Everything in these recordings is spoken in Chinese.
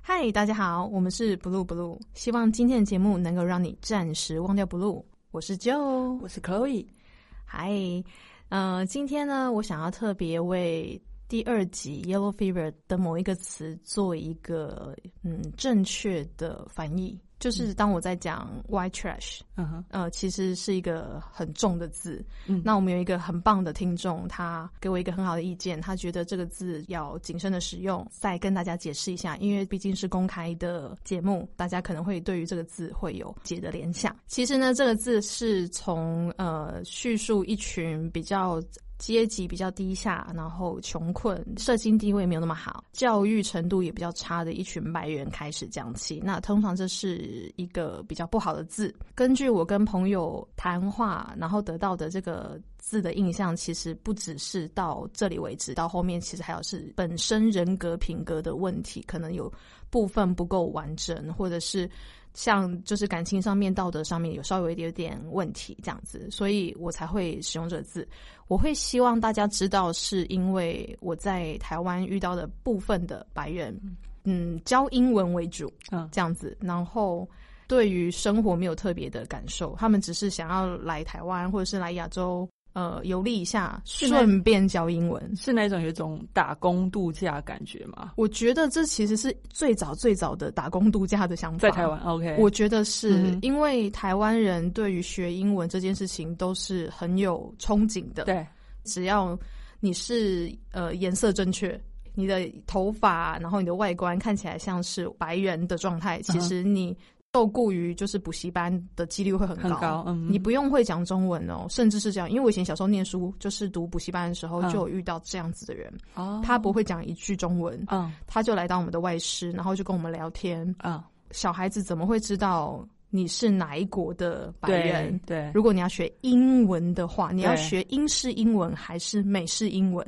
嗨，大家好，我们是 Blue Blue，希望今天的节目能够让你暂时忘掉 Blue。我是 Joe，我是 Chloe。嗨，呃，今天呢，我想要特别为第二集 Yellow Fever 的某一个词做一个嗯正确的翻译，就是当我在讲 White Trash，嗯哼，呃，其实是一个很重的字。嗯那我们有一个很棒的听众，他给我一个很好的意见，他觉得这个字要谨慎的使用。再跟大家解释一下，因为毕竟是公开的节目，大家可能会对于这个字会有解的联想。其实呢，这个字是从呃叙述一群比较阶级比较低下，然后穷困，社经地位没有那么好，教育程度也比较差的一群白人开始讲起。那通常这是一个比较不好的字。根据我跟朋友谈话，然后得到的这个字的印象，其实不只是到这里为止，到后面其实还有是本身人格品格的问题，可能有部分不够完整，或者是像就是感情上面、道德上面有稍微有点问题这样子，所以我才会使用这个字。我会希望大家知道，是因为我在台湾遇到的部分的白人，嗯，教英文为主，嗯这样子，然后对于生活没有特别的感受，他们只是想要来台湾或者是来亚洲。呃，游历一下，现在顺便教英文。是那种有一种打工度假感觉吗？我觉得这其实是最早最早的打工度假的想法，在台湾，OK，我觉得是、嗯哼因为台湾人对于学英文这件事情都是很有憧憬的。，对，只要你是呃颜色正确，你的头发，然后你的外观看起来像是白人的状嗯态，其实你受雇于就是补习班的几率会很很高，嗯，你不用会讲中文哦，甚至是这样，因为我以前小时候念书，就是读补习班的时候嗯就有遇到这样子的人，哦，他不会讲一句中文，嗯他就来到我们的外师，然后就跟我们聊天，嗯，小孩子怎么会知道你是哪一国的白对人？对，如果你要学英文的话，你要对学英式英文还是美式英文？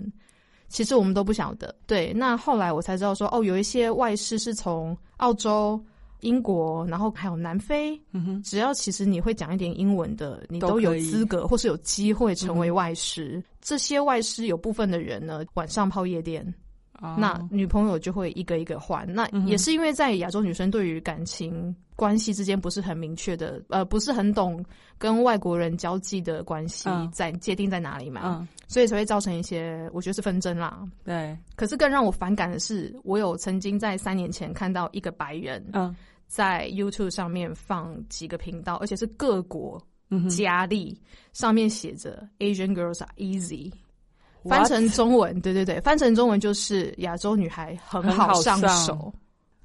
其实我们都不晓得。对，那后来我才知道说，哦，有一些外师是从澳洲、英国，然后还有南非，嗯哼，只要其实你会讲一点英文的，你都都有可以嗯资格或是有机会成为外师。这些外师有部分的人呢，晚上泡夜店，哦那女朋友就会一个一个换。那嗯哼也是因为在亚洲女生对于感情关系之间不是很明确的，呃，不是很懂跟外国人交际的关系嗯在界定在哪里嘛，嗯，所以才会造成一些我觉得是纷争啦。对，可是更让我反感的是，我有曾经在三年前看到一个白人嗯在 YouTube 上面放几个频道，而且是各国嗯哼，佳丽，上面写着 Asian girls are easy。翻 What？成中文， 对对对，翻成中文就是亚洲女孩很好上很好手上。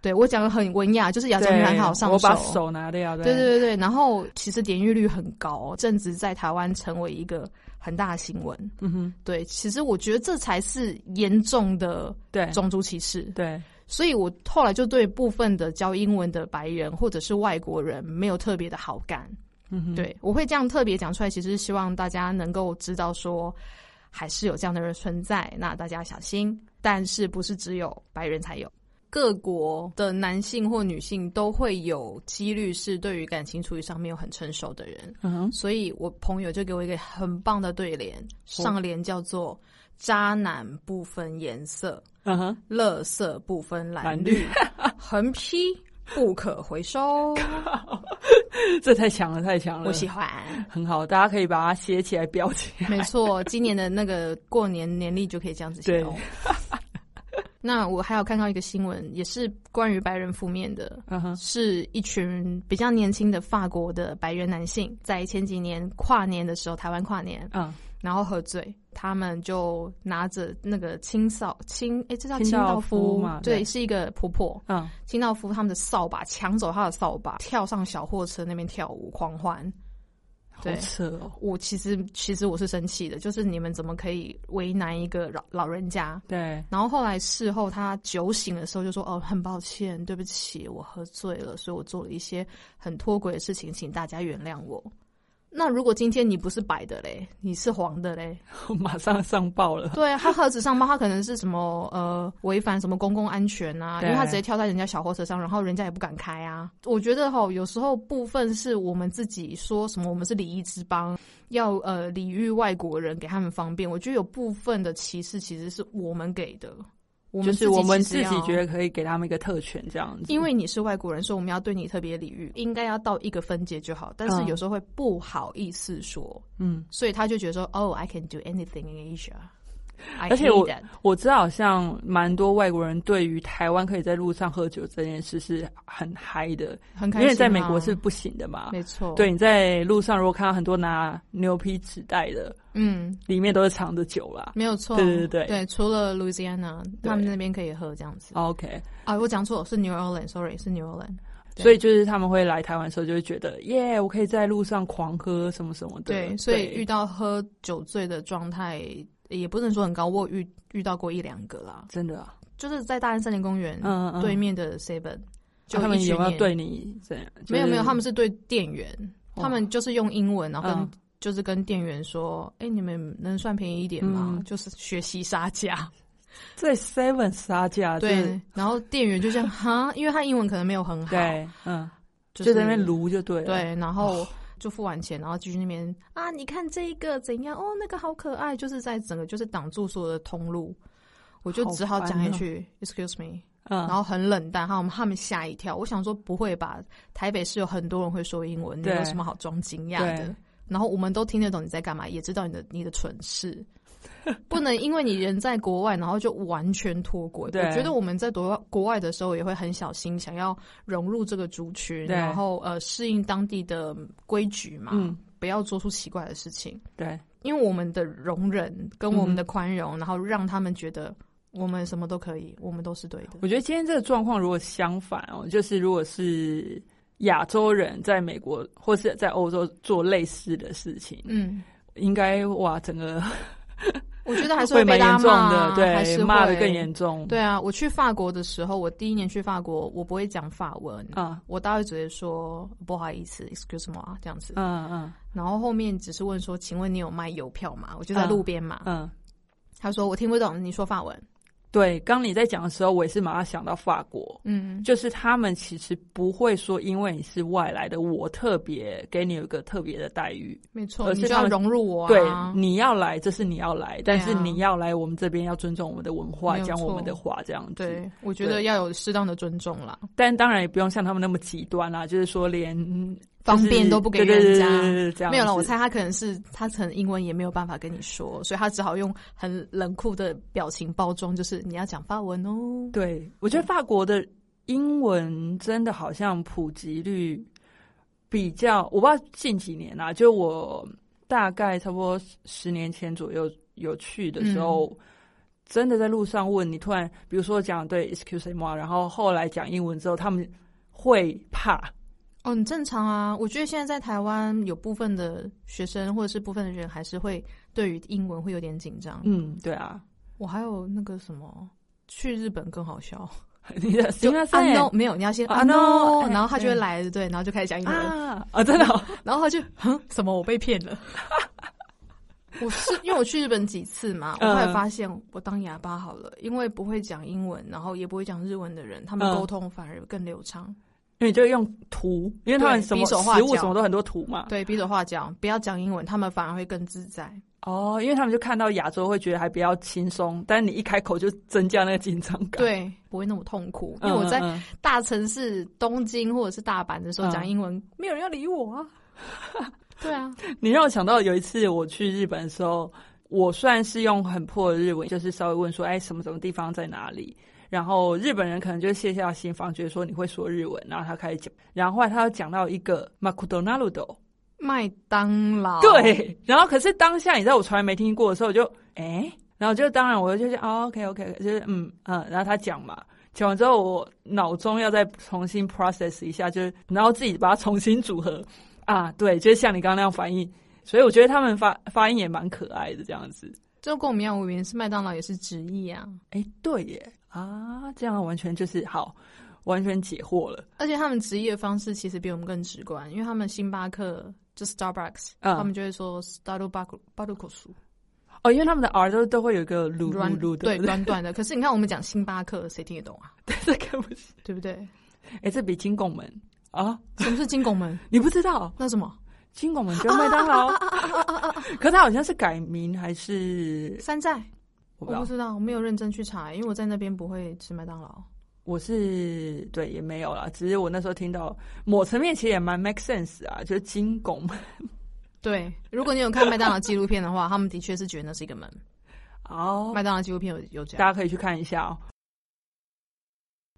对我讲的很文雅，就是亚洲女孩很好上对我手。把手拿掉，对对对对，然后其实点阅率很高，正值在台湾成为一个很大的新闻。嗯哼，对，其实我觉得这才是严重的对种族歧视，对，所以我后来就对部分的教英文的白人或者是外国人没有特别的好感。嗯哼，对，我会这样特别讲出来，其实是希望大家能够知道说，还是有这样的人存在，那大家小心。但是不是只有白人才有？各国的男性或女性都会有几率是对于感情处理上面有很成熟的人，嗯哼，所以我朋友就给我一个很棒的对联，哦上联叫做“渣男不分颜色，嗯哼， 垃圾不分蓝蓝绿， 横批不可回 收这太强了，太”，强了，我喜欢。很好，大家可以把它写起来，标起 来。没错，今年的那个过年年历就可以这样子形容。 那我还有看到一个新闻，也是关于白人负面的，嗯哼，是一群比较年轻的法国的白人男性，在前几年跨年的时候，台湾跨年，嗯，然后喝醉，他们就拿着那个清扫清，诶，这叫清清道道夫嘛对，对是一个婆婆嗯，清道夫他们的扫把，抢走他的扫把，跳上小货车那边跳舞狂欢。好对扯哦。我其实其实我是生气的，就是你们怎么可以为难一个老老人家？对， 然后后来事后他酒醒的时候就说：“哦，很抱歉，对不起，我喝醉了，所以我做了一些很脱轨的事情，请大家原谅我。”那如果今天你不是白的嘞，你是黄的嘞？我马上上报 了。对他盒子上包，他可能是什么呃违反什么公共安全啊，因对为他直接跳在人家小货车上，然后人家也不敢开啊。我觉得哈，有时候部分是我们自己说什么我们是礼仪之邦，要呃礼遇外国人，给他们方便。我觉得有部分的歧视其实是我们给的。我就们是我们自自己觉得。得可以给他们一个特权这样子，因为你是外国人，所以我们要对你特别礼遇，应该要到一个分界就好。但是嗯有时候会不好意思说，嗯，所以他就觉得说，Oh, I can do anything in Asia. I 而且 hate 我 that. 我知道好像蛮多外国人对于台湾可以在路上喝酒这件事是很嗨的，很开因心、啊，为在美国是不行的嘛。没错，，对，你在路上如果看到很多拿牛皮纸袋的，嗯，里面都是藏着酒啦。没有错，对对对对，除了 Louisiana，对哦他们那边可以喝这样子。 OK，啊，我讲错，是 New Orleans，sorry，是 New Orleans。对所以就是他们会来台湾的时候，就会觉得耶，我可以在路上狂喝什么什么的。对，所以遇到喝酒醉的状态，也不能说很高，我有遇遇到过一两个啦，真的、啊，就是在大安森林公园嗯嗯嗯，对面的 Seven，就他们一群有没有年对你这样？就是没有没有，他们是对店员，哇他们就是用英文，然后跟、嗯就是跟店员说：“哎、你们能算便宜一点吗？”嗯就是学习杀价，在 Seven 杀价，啊就是对。然后店员就 这样哈，因为他英文可能没有很好，对，嗯，就就是在那边哦撸就对了。对，然后。就付完钱，然后继续那边啊，你看这一个怎样？哦，那个好可爱，就是在整个就是挡住所有的通路，我就好只好烦讲一哦句、“excuse me”，嗯，然后很冷淡，他们他们吓一跳。我想说不会吧，台北是有很多人会说英文，你对有什么好装惊讶的对？然后我们都听得懂你在干嘛，也知道你的你的蠢事， 不能因为你人在国外，然后就完全脱轨。我对觉得我们在国外国外的时候也会很小心，想要融入这个族群，对然后呃适应当地的规矩嘛，嗯，不要做出奇怪的事情。对，因为我们的容忍跟我们的嗯宽容，然后让他们觉得我们什么都可以，我们都是对的。我觉得今天这个状况如果相反哦，就是如果是亚洲人在美国或是在欧洲做类似的事情，嗯。应该哇，整个我觉得还是会被蛮大家严重骂的，啊还是对，会骂的更。严重，对啊，我去法国的时候，我第一年去法国，我不会讲法文，啊，我大概只会说不好意思，excuse me 啊这样子。嗯嗯然后后面只是问说，请问你有卖邮票吗？我就在嗯路边嘛。嗯，他说我听不懂你说法文。对，刚你在讲的时候，我也是马上想到法国。嗯，就是他们其实不会说，因为你是外来的，我特别给你有一个特别的待遇。没错，而你是就他要们融入我对啊。，你要来，这是你要来，但是对啊你要来，我们这边要尊重我们的文化没，有讲我们错的话，这样子。对，我觉得对要有适当的尊重啦，但当然也不用像他们那么极端啦，就是说连方便都不给人家。没有了，我才猜他可能是他可能英文也没有办法跟你说，所以他只好用很冷酷的表情包装，就是你要讲法文哦。对，我觉得法国的英文真的好像普及率比较，我不知道近几年啦、就我大概差不多十年前左右有去的时候。嗯真的在路上问你，突然比如说讲对 excuse me，然后后来讲英文之后，他们会怕，哦，很正常啊。我觉得现在在台湾有部分的学生或者是部分的人还是会对于英文会有点紧张。嗯，对啊， 我还有那个什么，去日本更好笑，你的就应该是啊 no 没有，你要先哦啊啊 no， no，哎然后他就会对来，对，然后就开始讲英文，啊啊，真的哦、 然后他就哼什么我被骗了。 我是因为我去日本几次嘛，我嗯后来发现我当哑巴好了，因为不会讲英文，然后也不会讲日文的人，他们嗯沟通反而更流畅。因为你就用图，因为他们对什比么手画食物脚什么都很多图嘛。对，比手画脚，不要讲英文，他们反而会更自在。哦，因为他们就看到亚洲会觉得还比较轻松，但是你一开口就增加那个紧张感。对，不会那么痛苦。因嗯，为我在嗯嗯大城市东京或者是大阪的时候嗯讲英文，没有人要理我啊。对啊，你让我想到有一次我去日本的时候，我算是用很破的日文，就是稍微问说，哎，什么什么地方在哪里？然后日本人可能就卸下心防，觉得说你会说日文，然后他开始讲，然后后来他又讲到一个马库多纳鲁斗，麦当劳。，对，然后可是当下你知道我从来没听过的时候，我就哎、诶然后就当然我就是哦，OK OK，就是嗯嗯，然后他讲嘛，讲完之后我脑中要再重新 process 一下，就是然后自己把它重新组合啊，对，就是像你刚刚那样反应，所以我觉得他们发发音也蛮可爱的这样子。就跟我们一样，我原是麦当劳也是直译啊。哎，对耶啊，这样完全就是好，完全解惑了。而且他们直译的方式其实比我们更直观，因为他们星巴克就 Starbucks，、嗯他们就会说 Starbucks Starbucks 哦，因为他们的 R 都都会有一个噜噜软噜的，对短短的。可 是你看我们讲星巴克，谁听得懂啊？ 对，这个不是。对不对？哎，这比金拱门啊，什么是金拱门？ 你不知道？那什么金 哦拱门就麦当劳，可它好像是改名还是山寨？我不我知道不，知道，我没有认真去查，因为我在那边不会吃麦当劳。我是对也没有啦，只是我那时候听到某层面其实也蛮 make sense 啊，就是金拱门对，如果你有看麦当劳纪录片的话，他们的确是觉得那是一个门。哦，麦当劳纪录片有有讲大。家可以去看一下哦。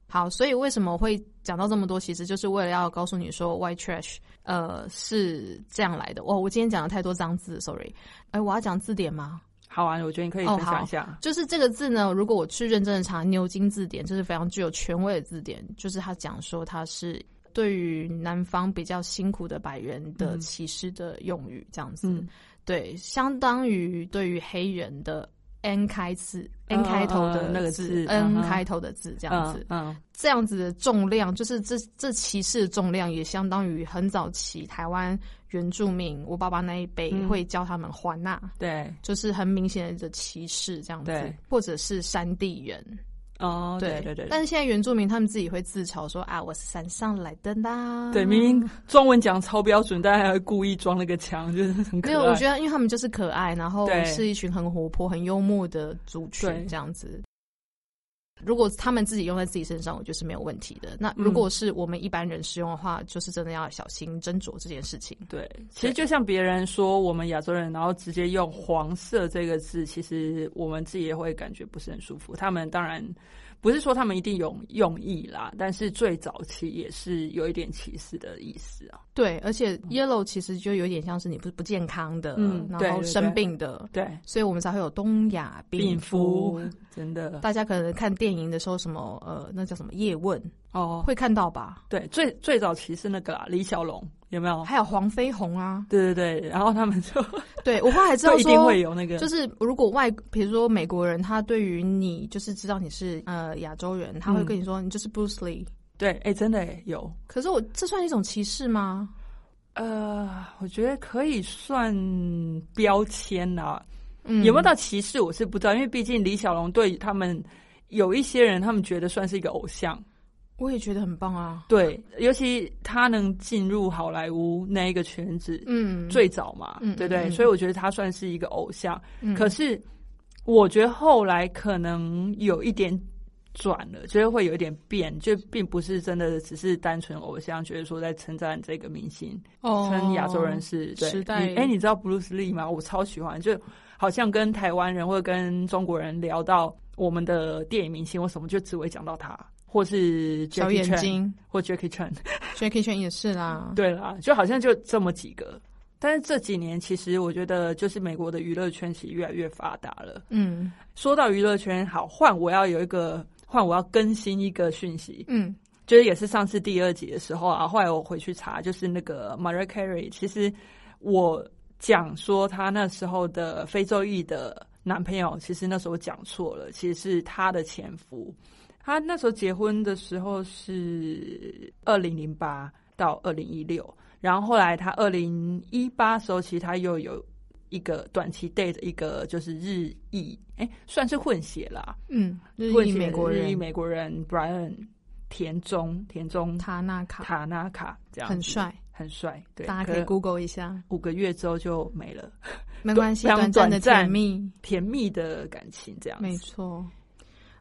好，所以为什么会讲到这么多？其实就是为了要告诉你说，white trash，呃，是这样来的。哦，我今天讲了太多脏字，sorry。哎，我要讲字典吗？好啊，我觉得你可以哦分享好一下。就是这个字呢，如果我去认真的查牛津字典，这是非常具有权威的字典，就是它讲说它是对于南方比较辛苦的白人的嗯歧视的用语，这样子。嗯，对，相当于对于黑人的 N 开字，N 嗯开头的嗯那个字嗯，N 哼开头的字这样子。嗯，嗯这样子的重量，就是这这歧视的重量，也相当于很早期台湾原住民，我爸爸那一辈嗯会教他们还纳，对，就是很明显的歧视这样子对，或者是山地人，哦，对对对，但是现在原住民他们自己会自嘲说啊，我是山上来的啦，对，明明中文讲超标准，但还故意装了个腔，就是很可没有，爱。我觉得因为他们就是可爱，然后对是一群很活泼、很幽默的族群对这样子。如果他们自己用在自己身上，我觉得是没有问题的。那如嗯果是我们一般人使用的话，就是真的要小心斟酌这件事情。对，其实就像别人说我们亚洲人，然后直接用“黄色”这个字，其实我们自己也会感觉不是很舒服。他们当然不是说他们一定有用意啦，但是最早期也是有一点歧视的意思啊。对，而且 yellow 其实就有点像是你不不健康的，嗯对然后对生对病的，对，所以我们才会有东亚病病夫夫。真的大家可能看电影的时候，什么呃，那叫什么叶问，哦，会看到吧？对，最最早期是那个啦，李小龙有没有？还有黄飞鸿啊，对对对，然后他们就对我后来知道就说，一定会有那个，就是如果外，比如说美国人，他对于你就是知道你是呃亚洲人，他嗯会跟你说、你就是 Bruce Lee。对，哎、真的哎有。可是我这算一种歧视吗？呃，我觉得可以算标签啊啦、嗯有没有到歧视我是不知道，因为毕竟李小龙对他们有一些人，他们觉得算是一个偶像。我也觉得很棒啊。对，尤其他能进入好莱坞那一个圈子，嗯，最早嘛，嗯对不对？嗯嗯所以我觉得他算是一个偶像。嗯可是我觉得后来可能有一点转了，就是会有一点变，就并不是真的只是单纯偶像，觉得说在称赞这个明星。哦称亚洲人是对时代你哎、你知道 Bruce Lee 吗？我超喜欢，就好像跟台湾人或者跟中国人聊到我们的电影明星或什么，就只会讲到他，或是 Jackie 小眼 Chan 睛或 Jackie Chan。 ，Jackie Chan 也是啦。对啦，就好像就这么几个。但是这几年，其实我觉得就是美国的娱乐圈其实越来越发达了。嗯说到娱乐圈，好换我要有一个换我要更新一个讯息，嗯就是也是上次第二集的时候啊，后来我回去查，就是那个 Mariah Carey，其实我讲说她那时候的非洲裔的男朋友，其实那时候讲错了，其实是她的前夫。她那时候结婚的时候是二零零八到二零一六，然后后来她二零一八时候，其实她又有一个短期 date 一个就是日裔，哎，算是混血啦，嗯，日混裔血美国日裔人，美国人 Brian 田中田中塔纳卡塔纳卡这样子很，帅，很帅，对，大家可以 Google 一下，五个月之后就没了，没关系，非常短暂的短暂甜蜜。甜蜜的感情这样没子，错。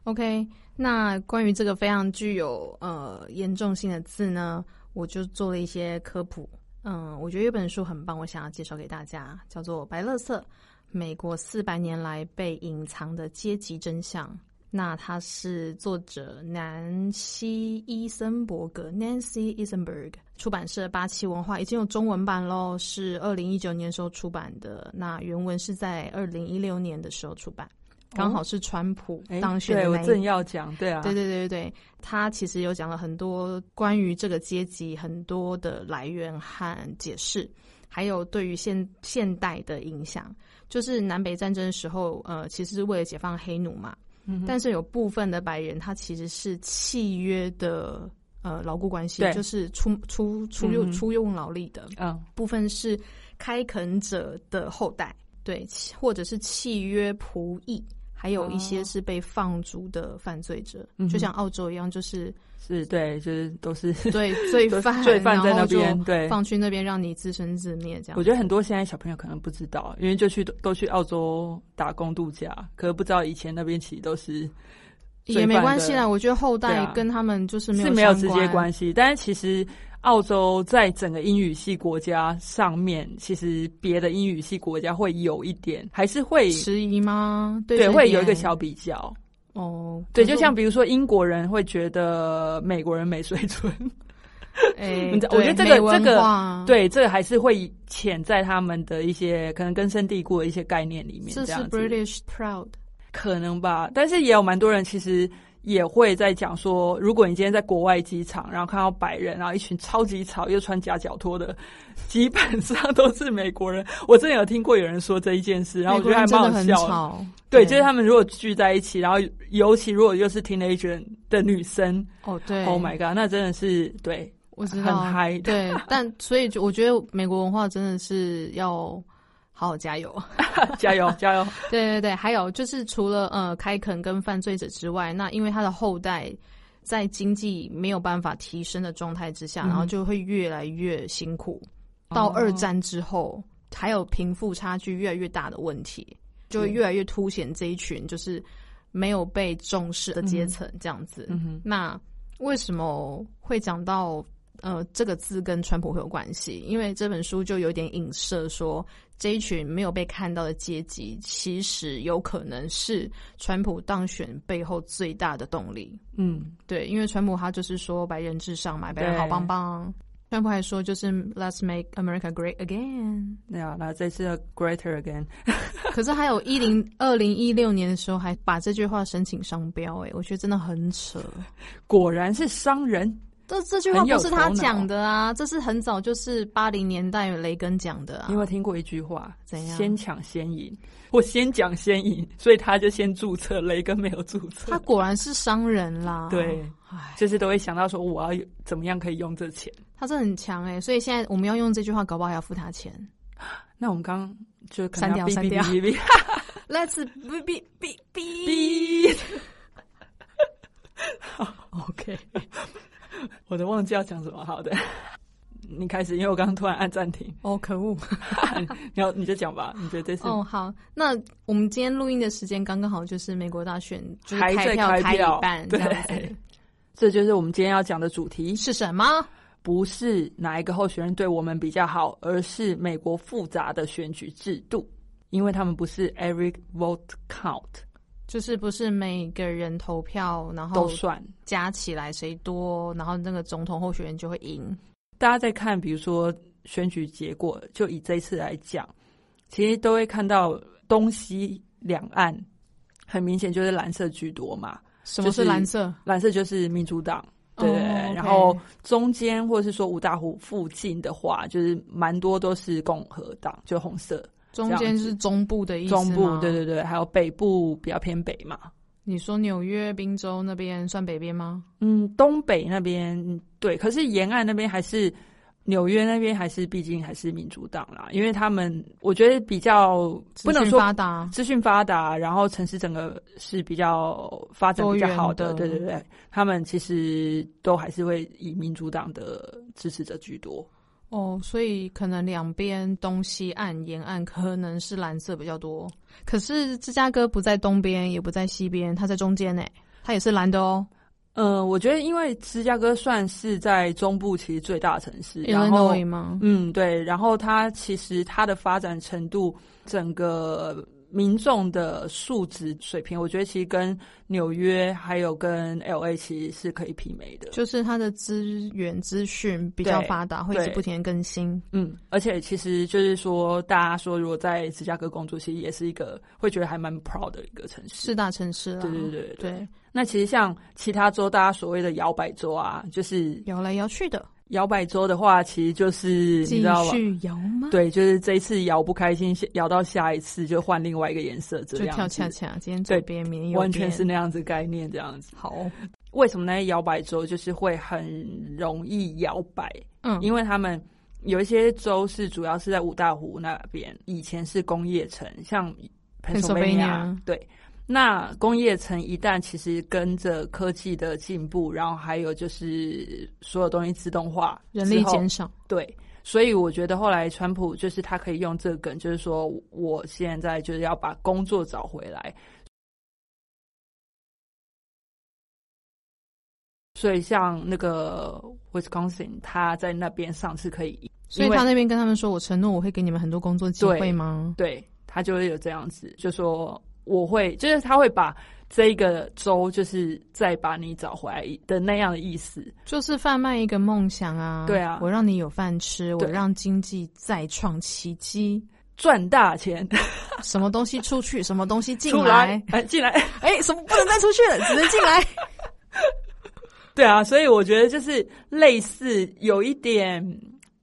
OK，那关于这个非常具有呃严重性的字呢，我就做了一些科普。嗯，我觉得有本书很棒，我想要介绍给大家，叫做《白乐色：美国四百年来被隐藏的阶级真相》。那它是作者南希·伊森伯格 （Nancy Isenberg） 出版社八七文化，已经有中文版喽，是二零一九年时候出版的。那原文是在二零一六年的时候出版。刚好是川普哎当选的对我那一正要讲，对啊，对对对对对，他其实有讲了很多关于这个阶级很多的来源和解释，还有对于现现代的影响。就是南北战争的时候，呃，其实是为了解放黑奴嘛，嗯哼但是有部分的白人他其实是契约的呃牢固关系，对就是出出出嗯用哼出用劳力的。嗯，部分是开垦者的后代，对，或者是契约仆役，还有一些是被放逐的犯罪者，嗯哼就像澳洲一样，就是是对，就是都 是 对罪都是犯，罪犯在然后那就边，哎对。放去那边让你自生自灭这样我。觉得很多现在小朋友可能不知道，因为就去都去澳洲打工度假，可是不知道以前那边其实都是罪也没犯关的系啦，我觉得后代对啊跟他们就是没有是没有相直接关系，但是其实澳洲在整个英语系国家上面，其实别的英语系国家会有一点，还是会迟疑吗？对对这会有一个点小比较。哦，对，可就是像比如说英国人会觉得美国人没水准，嗯哎，你知道我觉得对这个没文这个化对，这个还是会潜在他们的一些可能根深蒂固的一些概念里面，这这是样子 British proud，可能吧。但是也有蛮多人其实。也会在讲说，如果你今天在国外机场，然后看到白人，然后一群超级吵又穿夹脚拖的，基本上都是美国人。我真的有听过有人说这一件事，然后美我觉国得还人真蛮好的很笑的。吵，对，就是他们如果聚在一起，然后尤其如果又是 teenager 的女生哦，对，Oh my god，那真的是对，我知很道，嗨 的。 对，但所以就我觉得美国文化真的是要好好加油。 加油加油！对对对，还有就是除了呃开垦跟犯罪者之外，那因为他的后代在经济没有办法提升的状态之下，嗯然后就会越来越辛苦。到二哦战之后，还有贫富差距越来越大的问题，就会嗯越来越凸显这一群就是没有被重视的阶层这样子。嗯哼，那为什么会讲到呃这个字跟川普会有关系？因为这本书就有点影射说，这一群没有被看到的阶级，其实有可能是川普当选背后最大的动力。嗯，对，因为川普他就是说白人至上嘛，白人对好棒棒。川普还说就是 Let's make America great again。对啊，那这次的 Greater Again，可是还有一零二零一六年的时候，还把这句话申请商标、欸，哎，我觉得真的很扯。果然是商人。这这句话很有不是他头脑讲的啊，这是很早就是八零年代雷根讲的啊你有。没有听过一句话？怎样先抢先赢，我先讲先赢， 所以他就先注册，雷根没有注他册，果然是商人啦。 对哦唉，就是都会想到说我要有怎么样可以用这钱。他真的很强哎、所以现在我们要用这句话，搞不好还要付他钱。那我们刚刚就可能要删哔掉哔哔哔 Let's be be be be 哔， OK。我都忘记要讲什么。好的，你开始，因为我刚刚突然按暂停，哦，可恶！你要你就讲吧，你觉得这次哦，好，那我们今天录音的时间刚刚好就是美国大选，就是还在开票开开票一半这对样子，这就是我们今天要讲的主题。是什么？不是哪一个候选人对我们比较好，而是美国复杂的选举制度，因为他们不是 every vote count 就是不是每个人投票，然都后算。加起来谁多，然后那个总统候选人就会赢。大家在看，比如说选举结果，就以这一次来讲，其实都会看到东西两岸很明显就是蓝色居多嘛，什么就是是蓝色？蓝色就是民主党。对哦，OK 然后中间或者是说五大湖附近的话，就是蛮多都是共和党，就红色，中间是中部的意思吗中部，对。对对，还有北部比较偏北嘛，你说纽约、宾州那边算北边吗？嗯，东北那边对，可是沿岸那边还是纽约那边还是毕竟还是民主党啦，因为他们我觉得比较不能资讯说发达，资讯发达，然后城市整个是比较发展比较好的，多对元的对对，他们其实都还是会以民主党的支持者居多。哦，所以可能两边东西岸沿岸可能是蓝色比较多。可是芝加哥不在东边，也不在西边，它在中间呢，它也是蓝的哦。嗯，我觉得因为芝加哥算是在中部其实最大的城市，然后 Illinois 吗？嗯，对。然后它其实它的发展程度，整个民众的素质水平，我觉得其实跟纽约还有跟 L A 其实是可以媲美的。就是它的资源资讯比较对发达，会一直对不停的更新。嗯，而且其实就是说，大家说如果在芝加哥工作，其实也是一个会觉得还蛮 proud 的一个城市。是大城市啦，对对对对对，那其实像其他州，大家所谓的摇摆州啊，就是摇来摇去的，摇摆州的话，其实就是你继知道吧？续摇吗？，对，就是这一次摇不开心，摇到下一次就换另外一个颜色，这就样跳子恰恰，今天左对边，明天右边，完全是那样子概念，这样子。好，哦为什么那些摇摆州就是会很容易摇摆？嗯，因为他们有一些州是主要是在五大湖那边，以前是工业城，像 Pennsylvania Pennsylvania 对。那工业城一旦其实跟着科技的进步，然后还有就是所有东西自动化，人力之后减少，对，所以我觉得后来川普就是他可以用这个梗，就是说我现在就是要把工作找回来。所以像那个 Wisconsin，他在那边上次可以，所以因为他那边跟他们说，我承诺我会给你们很多工作机对会吗？对他就会有这样子，就说我会，就是他会把这一个州，就是再把你找回来的那样的意思。就是贩卖一个梦想啊，对啊我让你有饭吃，我对让经济再创奇 迹，赚大钱什么东西出去，什么东西进出来来，，哎，进来，哎、什么不能再出去了，只能进来。对啊，所以我觉得就是类似有一点，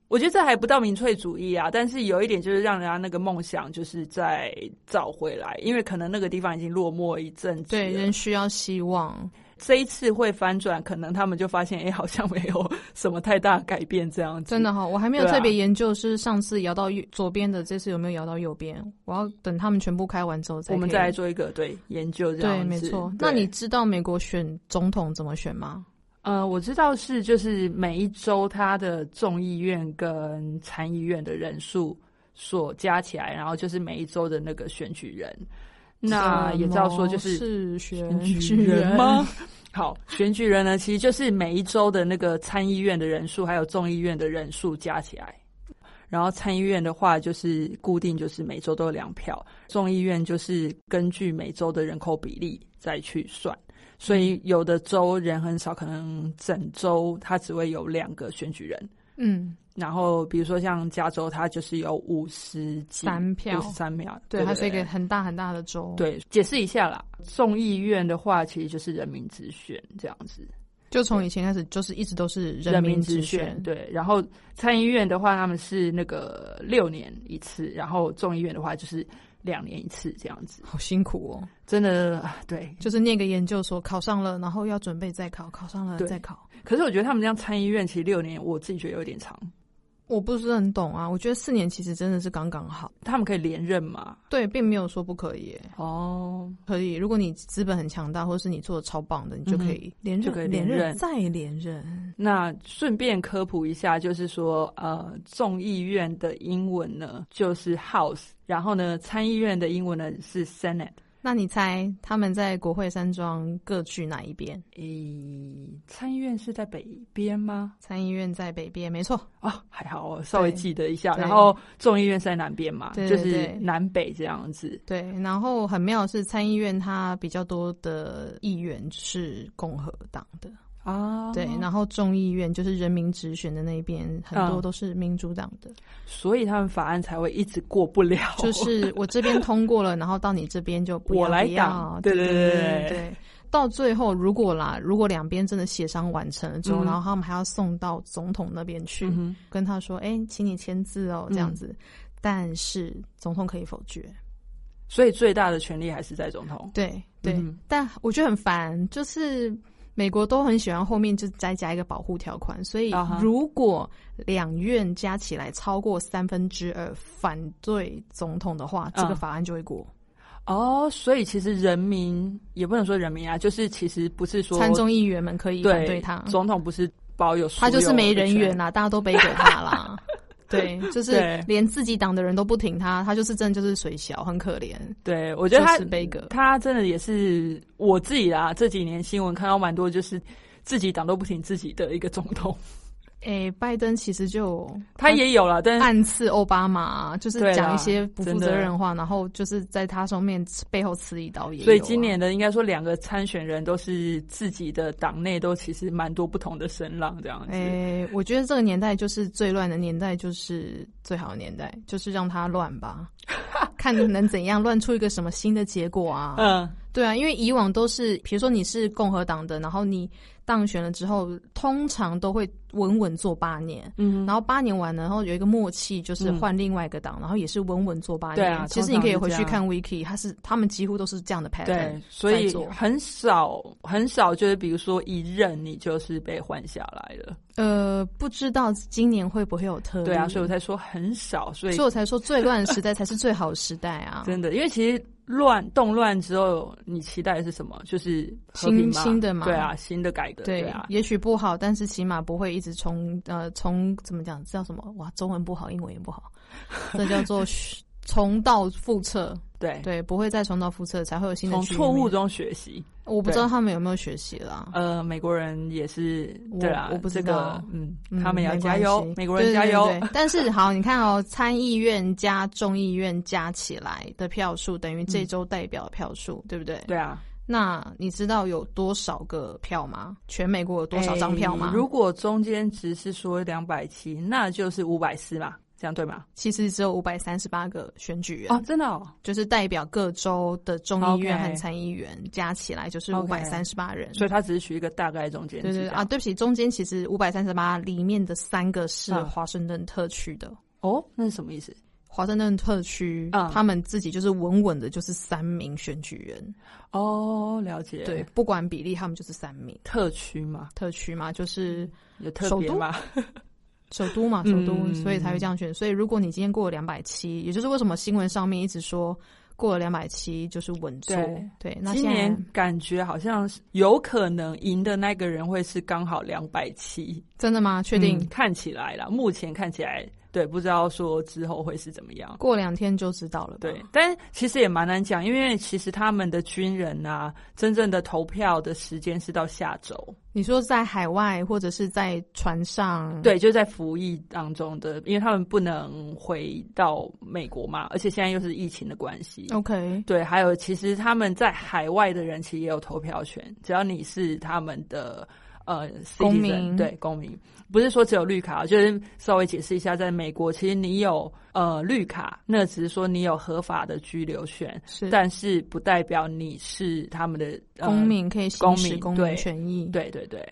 我觉得这还不到民粹主义啊，但是有一点就是让人家那个梦想就是在找回来，因为可能那个地方已经落寞一阵子了。 对，人需要希望。这一次会翻转，可能他们就发现，哎、 好像没有什么太大的改变这样子。真的哈、我还没有对啊特别研究是上次摇到右左边的，这次有没有摇到右边。我要等他们全部开完之后再可以我们再来做一个对研究这样对，子。没错对。那你知道美国选总统怎么选吗？呃，我知道是就是每一周它的众议院跟参议院的人数所加起来，然后就是每一周的那个选举人。那也照说就是是选吗？？ 好，选举人呢，其实就是每一周的那个参议院的人数，还有众议院的人数加起来。然后参议院的话，就是固定就是每周都有两票，众议院就是根据每周的人口比例再去算。所嗯以有的州人很少，可能整州它只会有两个选举人。嗯，然后比如说像加州，它就是有五十几三票五十三秒，对，它是一对个很大很大的州，，对，解释一下啦。众议院的话，其实就是人民直选这样子，就从以前开始就是一直都是民民直选，对，然后参议院的话，他们是那个六年一次，然后众议院的话就是两年一次这样子。好辛苦哦。真的，啊对。就是念个研究所，考上了，然后要准备再考，考上了对再考。可是我觉得他们这样参议院其实六年，我自己觉得有点长。我不是很懂啊，我觉得四年其实真的是刚刚好，他们可以连任嘛？对，并没有说不可以耶。哦，可以，如果你资本很强大，或是你做的超棒的，你就可以连任，嗯就可以连连任再连任。那顺便科普一下，就是说，呃，众议院的英文呢就是 House，然后呢，参议院的英文呢是 Senate。那你猜他们在国会山庄各据哪一边？诶，参议院是在北边吗？参议院在北边，没错，啊，还好我稍微对记得一下。对然后众议院是在南边嘛，对就是对南北这样子。对。然后很妙的是，参议院它比较多的议员是共和党的，啊，对。然后众议院就是人民直选的那一边，很多嗯都是民主党的。所以他们法案才会一直过不了。 就是我这边通过了，然后到你这边就不要我来不要挡对对对对对对对到最后，如果啦，如果两边真的协商完成了之后，嗯然后他们还要送到总统那边去，嗯哼嗯跟他说：“哎、请你签字哦，这样子。但是总统可以否决，所以最大的权利还是在总统。对对、嗯但我觉得很烦，就是美国都很喜欢后面就再加一个保护条款，所以啊哈如果两院加起来超过三分之二反对总统的话，这个嗯法案就会过。哦，所以其实人民也不能说人民啊，就是其实不是说参众议员们可以反对对他，总统不是保有所他有就是没的人权缘啦，大家都背给他 啦。对，就是对连自己党的人都不挺他，他就是真的就是水小，很可怜。对，我觉得他就是悲歌他真的也是我自己啦。这几年新闻看到蛮多，就是自己党都不挺自己的一个总 统，诶、拜登其实就他也有啦，但是暗刺奥巴马，就是对啦讲一些不负真的责任话，然后就是在他上面背后刺一刀也有啊、所以今年的应该说两个参选人都是自己的党内都其实蛮多不同的声浪这样子。诶、我觉得这个年代就是最乱的年代，就是最好的年代，就是让他乱吧， 看能怎样乱出一个什么新的结果啊。嗯，对啊，因为以往都是，比如说你是共和党的，然后你当选了之后，通常都会稳稳做八年，嗯，然后八年完了，然后有一个默契，就是嗯换另外一个党，然后也是稳稳做八年。对啊其实你通常可以是回这去样看 Wiki，他是他们几乎都是这样的 pattern 对，。所以做很少很少就是比如说一任你就是被换下来了，呃，不知道今年会不会有特例？啊对啊，所以我才说很少，所以所以我才说最乱的时代才是最好的时代啊。 真的，因为其实乱动乱之后，你期待的是什么？就是和平新吗新的嘛，对啊，新的改革，对啊，也许不好，但是起码不会一直从呃从怎么讲叫什么哇，中文不好，英文也不好， 这叫做 虚重蹈覆辙。对，对，不会再重蹈覆辙，才会有新的从局错误面。中学习。我不对知道他们有没有学习啦。呃，美国人也是，我对啊，我不知这个道，嗯，嗯他们也要没加关油系，美国人加油。对对对 对但是好，你看哦，参议院加众议院加起来的票数等于这周代表的票数，对不对？对啊，那你知道有多少个票吗？全美国有多少张票吗哎诶？如果中间只是说两百七，那就是五百四嘛，这样对吗？其实只有五百三十八个选举人，哦，真的哦，就是代表各州的众议院 OK 和参议员加起来就是五 OK 百三十八人。所以他只是取一个大概中间对值这对样。对啊，对不起，中间其实五百三十八里面的三个是嗯华盛顿特区的。哦，那是什么意思？华盛顿特区，嗯他们自己就是稳稳的，就是三名选举人，哦，了解，对，，不管比例，他们就是三名。特区嘛，特区嘛，就是有特首别都嘛，首都嘛，首嗯都，所以才会这样选。所以如果你今天过了两百七，也就是为什么新闻上面一直说过了两百七就是稳坐。对对，那今现在年感觉好像是有可能赢的那个人会是刚好两百七，真的吗？确定、嗯看起来啦，目前看起来对，不知道说之后会是怎么样。过两天就知道了吧。对，但其实也蛮难讲，因为其实他们的军人啊，真正的投票的时间是到下周，你说在海外或者是在船上，，对，就在服役当中的，因为他们不能回到美国嘛，而且现在又是疫情的关哦系。 ，OK，对，还有其实他们在海外的人其实也有投票权，只要你是他们的呃 citizen, 公民对公民，不是说只有绿卡，就是稍微解释一下，在美国其实你有呃绿卡，那只是说你有合法的居留权，是但是不代表你是他们的、呃、公。民可以行使公公民民对权益。对对对。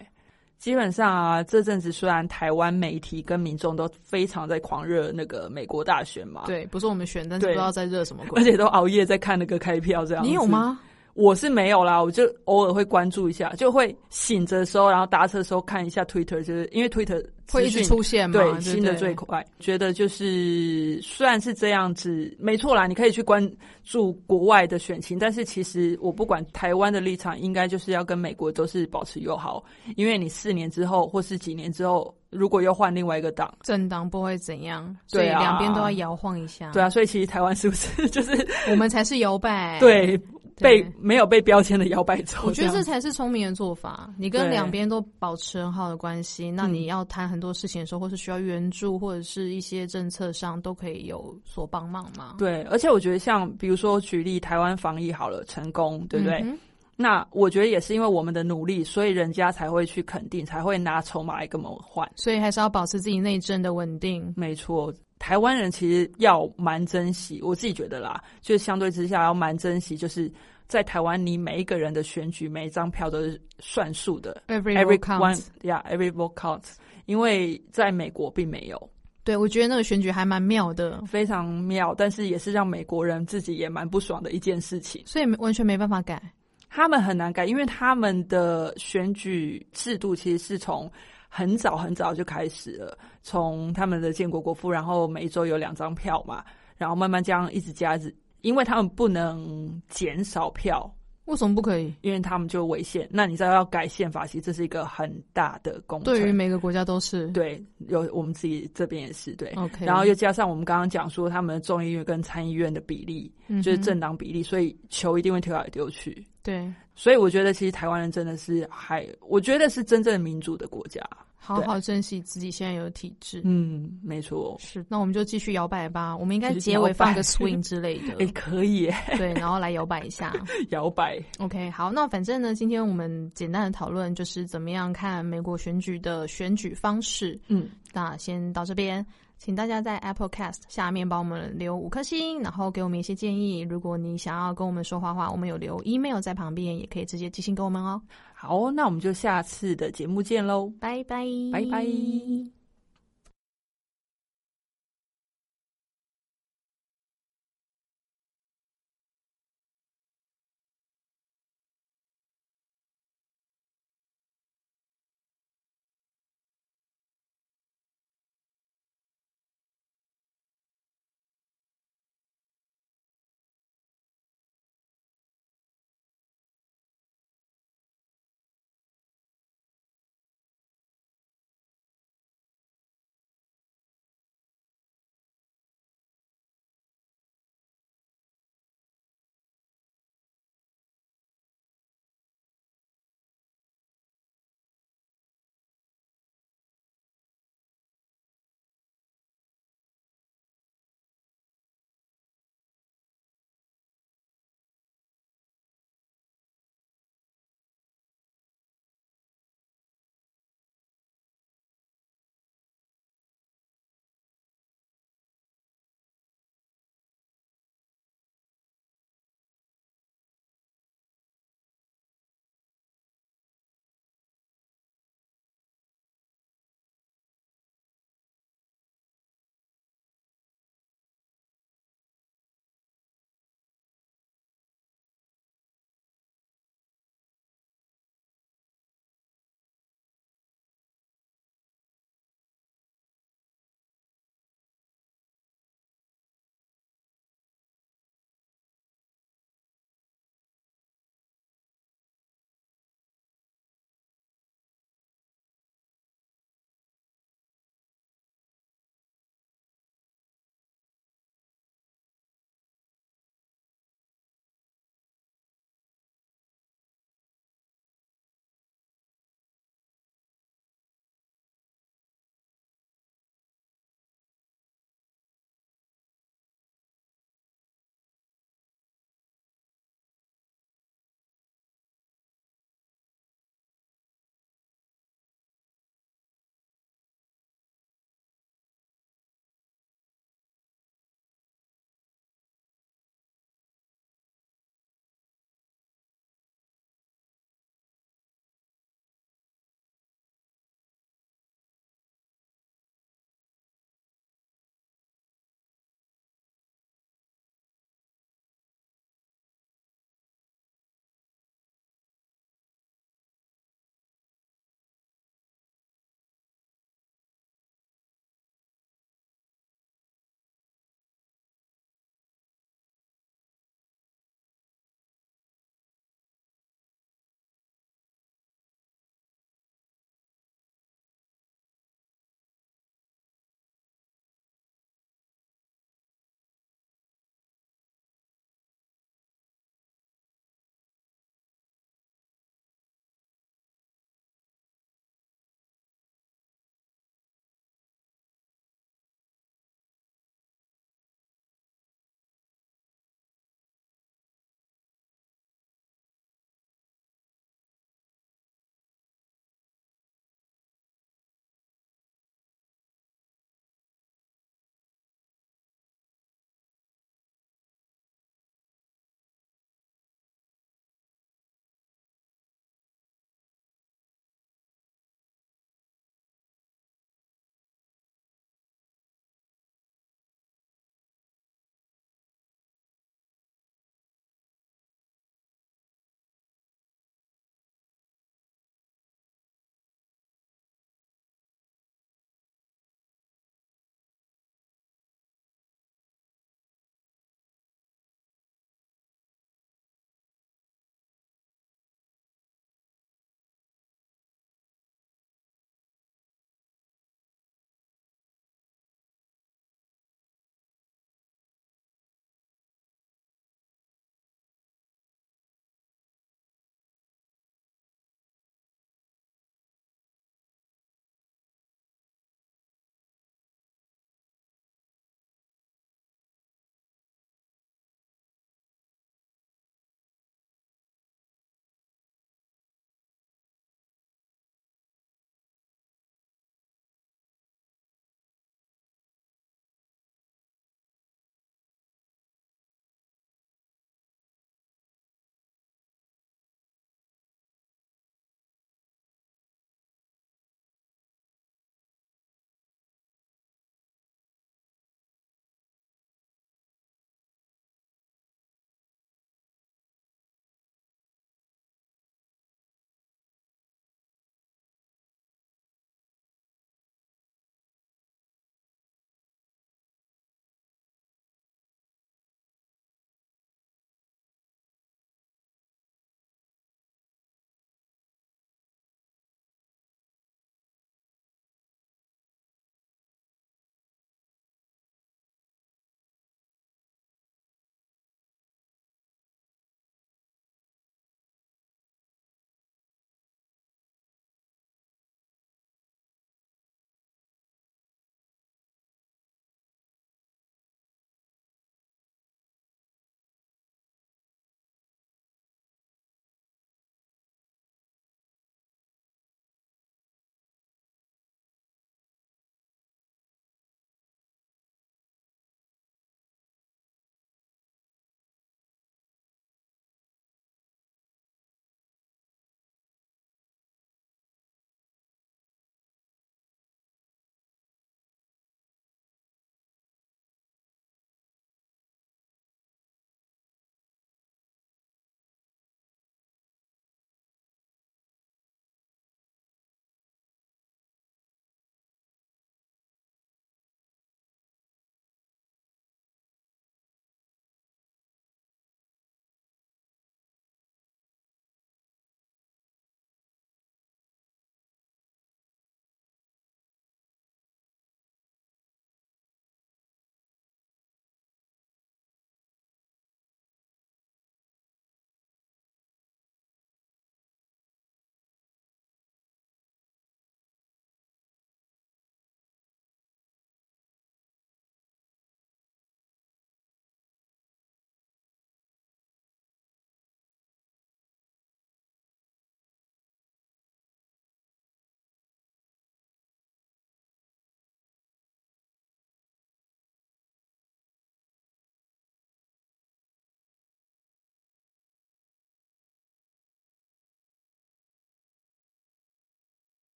基本上啊，这阵子虽然台湾媒体跟民众都非常在狂热那个美国大选嘛，，对，不是我们选，但是对不知道在热什么鬼而。且都熬夜在看那个开票这样。你有？吗？我是没有啦，我就偶尔会关注一下，就会醒着的时候，然后搭车的时候看一下 Twitter，就是因为 Twitter 会一直资讯出现吗？对不新的最快，觉得就是虽然是这样子，没错啦，你可以去关注国外的选情，但是其实我不管台湾的立场，应该就是要跟美国都是保持友好，因为你四年之后或是几年之后，如果又换另外一个党，政党不会怎样，所以对啊两边都要摇晃一下。对啊，所以其实台湾是不是就是我们才是摇摆。，对对被没有被标签的摇摆州？我觉得这这才样是聪明的做法。你跟对两边都保持很好的关系，那你要谈很多事情的时候，或是需要援助，或者是一些政策上都可以有所帮忙嘛？对，而且我觉得像比如说举例台湾防疫好了成功，对不对？嗯哼那我觉得也是因为我们的努力，所以人家才会去肯定，才会拿筹码来跟我们换。所以还是要保持自己内政的稳定。没错，台湾人其实要蛮珍惜，我自己觉得啦，就是相对之下要蛮珍惜，就是在台湾，你每一个人的选举，每一张票都是算数的 Every vote，every counts。 one，yeah，every vote counts。因为在美国并没有对，我觉得那个选举还蛮妙的，非常妙，但是也是让美国人自己也蛮不爽的一件事情。所以没完全没办法改。他们很难改，因为他们的选举制度其实是从很早很早就开始了，从他们的建国国父，然后每一周有两张票嘛，然后慢慢这样一直加，一直因为他们不能减少票，为什么不可以？因为他们就违宪。那你知道要改宪法，其实这是一个很大的工程。对于每个国家都是。对，有我们自己这边也是嗯对。 OK，然后又加上我们刚刚讲说，他们的众议院跟参议院的比例、嗯哼就是政党比例，所以球一定会丢来丢去。对，所以我觉得，其实台湾人真的是还，我觉得是真正民主的国家。好好珍惜自己现在有的体制。嗯，没错。是，那我们就继续摇摆吧。我们应该继续结摇尾放摆个 swing 之类 哎、的，可以耶对，然后来摇摆一 下。摇摆。 OK，好，那反正呢，今天我们简单的讨论就是怎么样看美国选举的选举方式。嗯，那先到这边，请大家在 Apple Cast 下面帮我们留五颗星，然后给我们一些建议。如果你想要跟我们说话的话，我们有留 email 在旁边，也可以直接寄信给我们哦。好，那我们就下次的节目见喽。拜拜，拜拜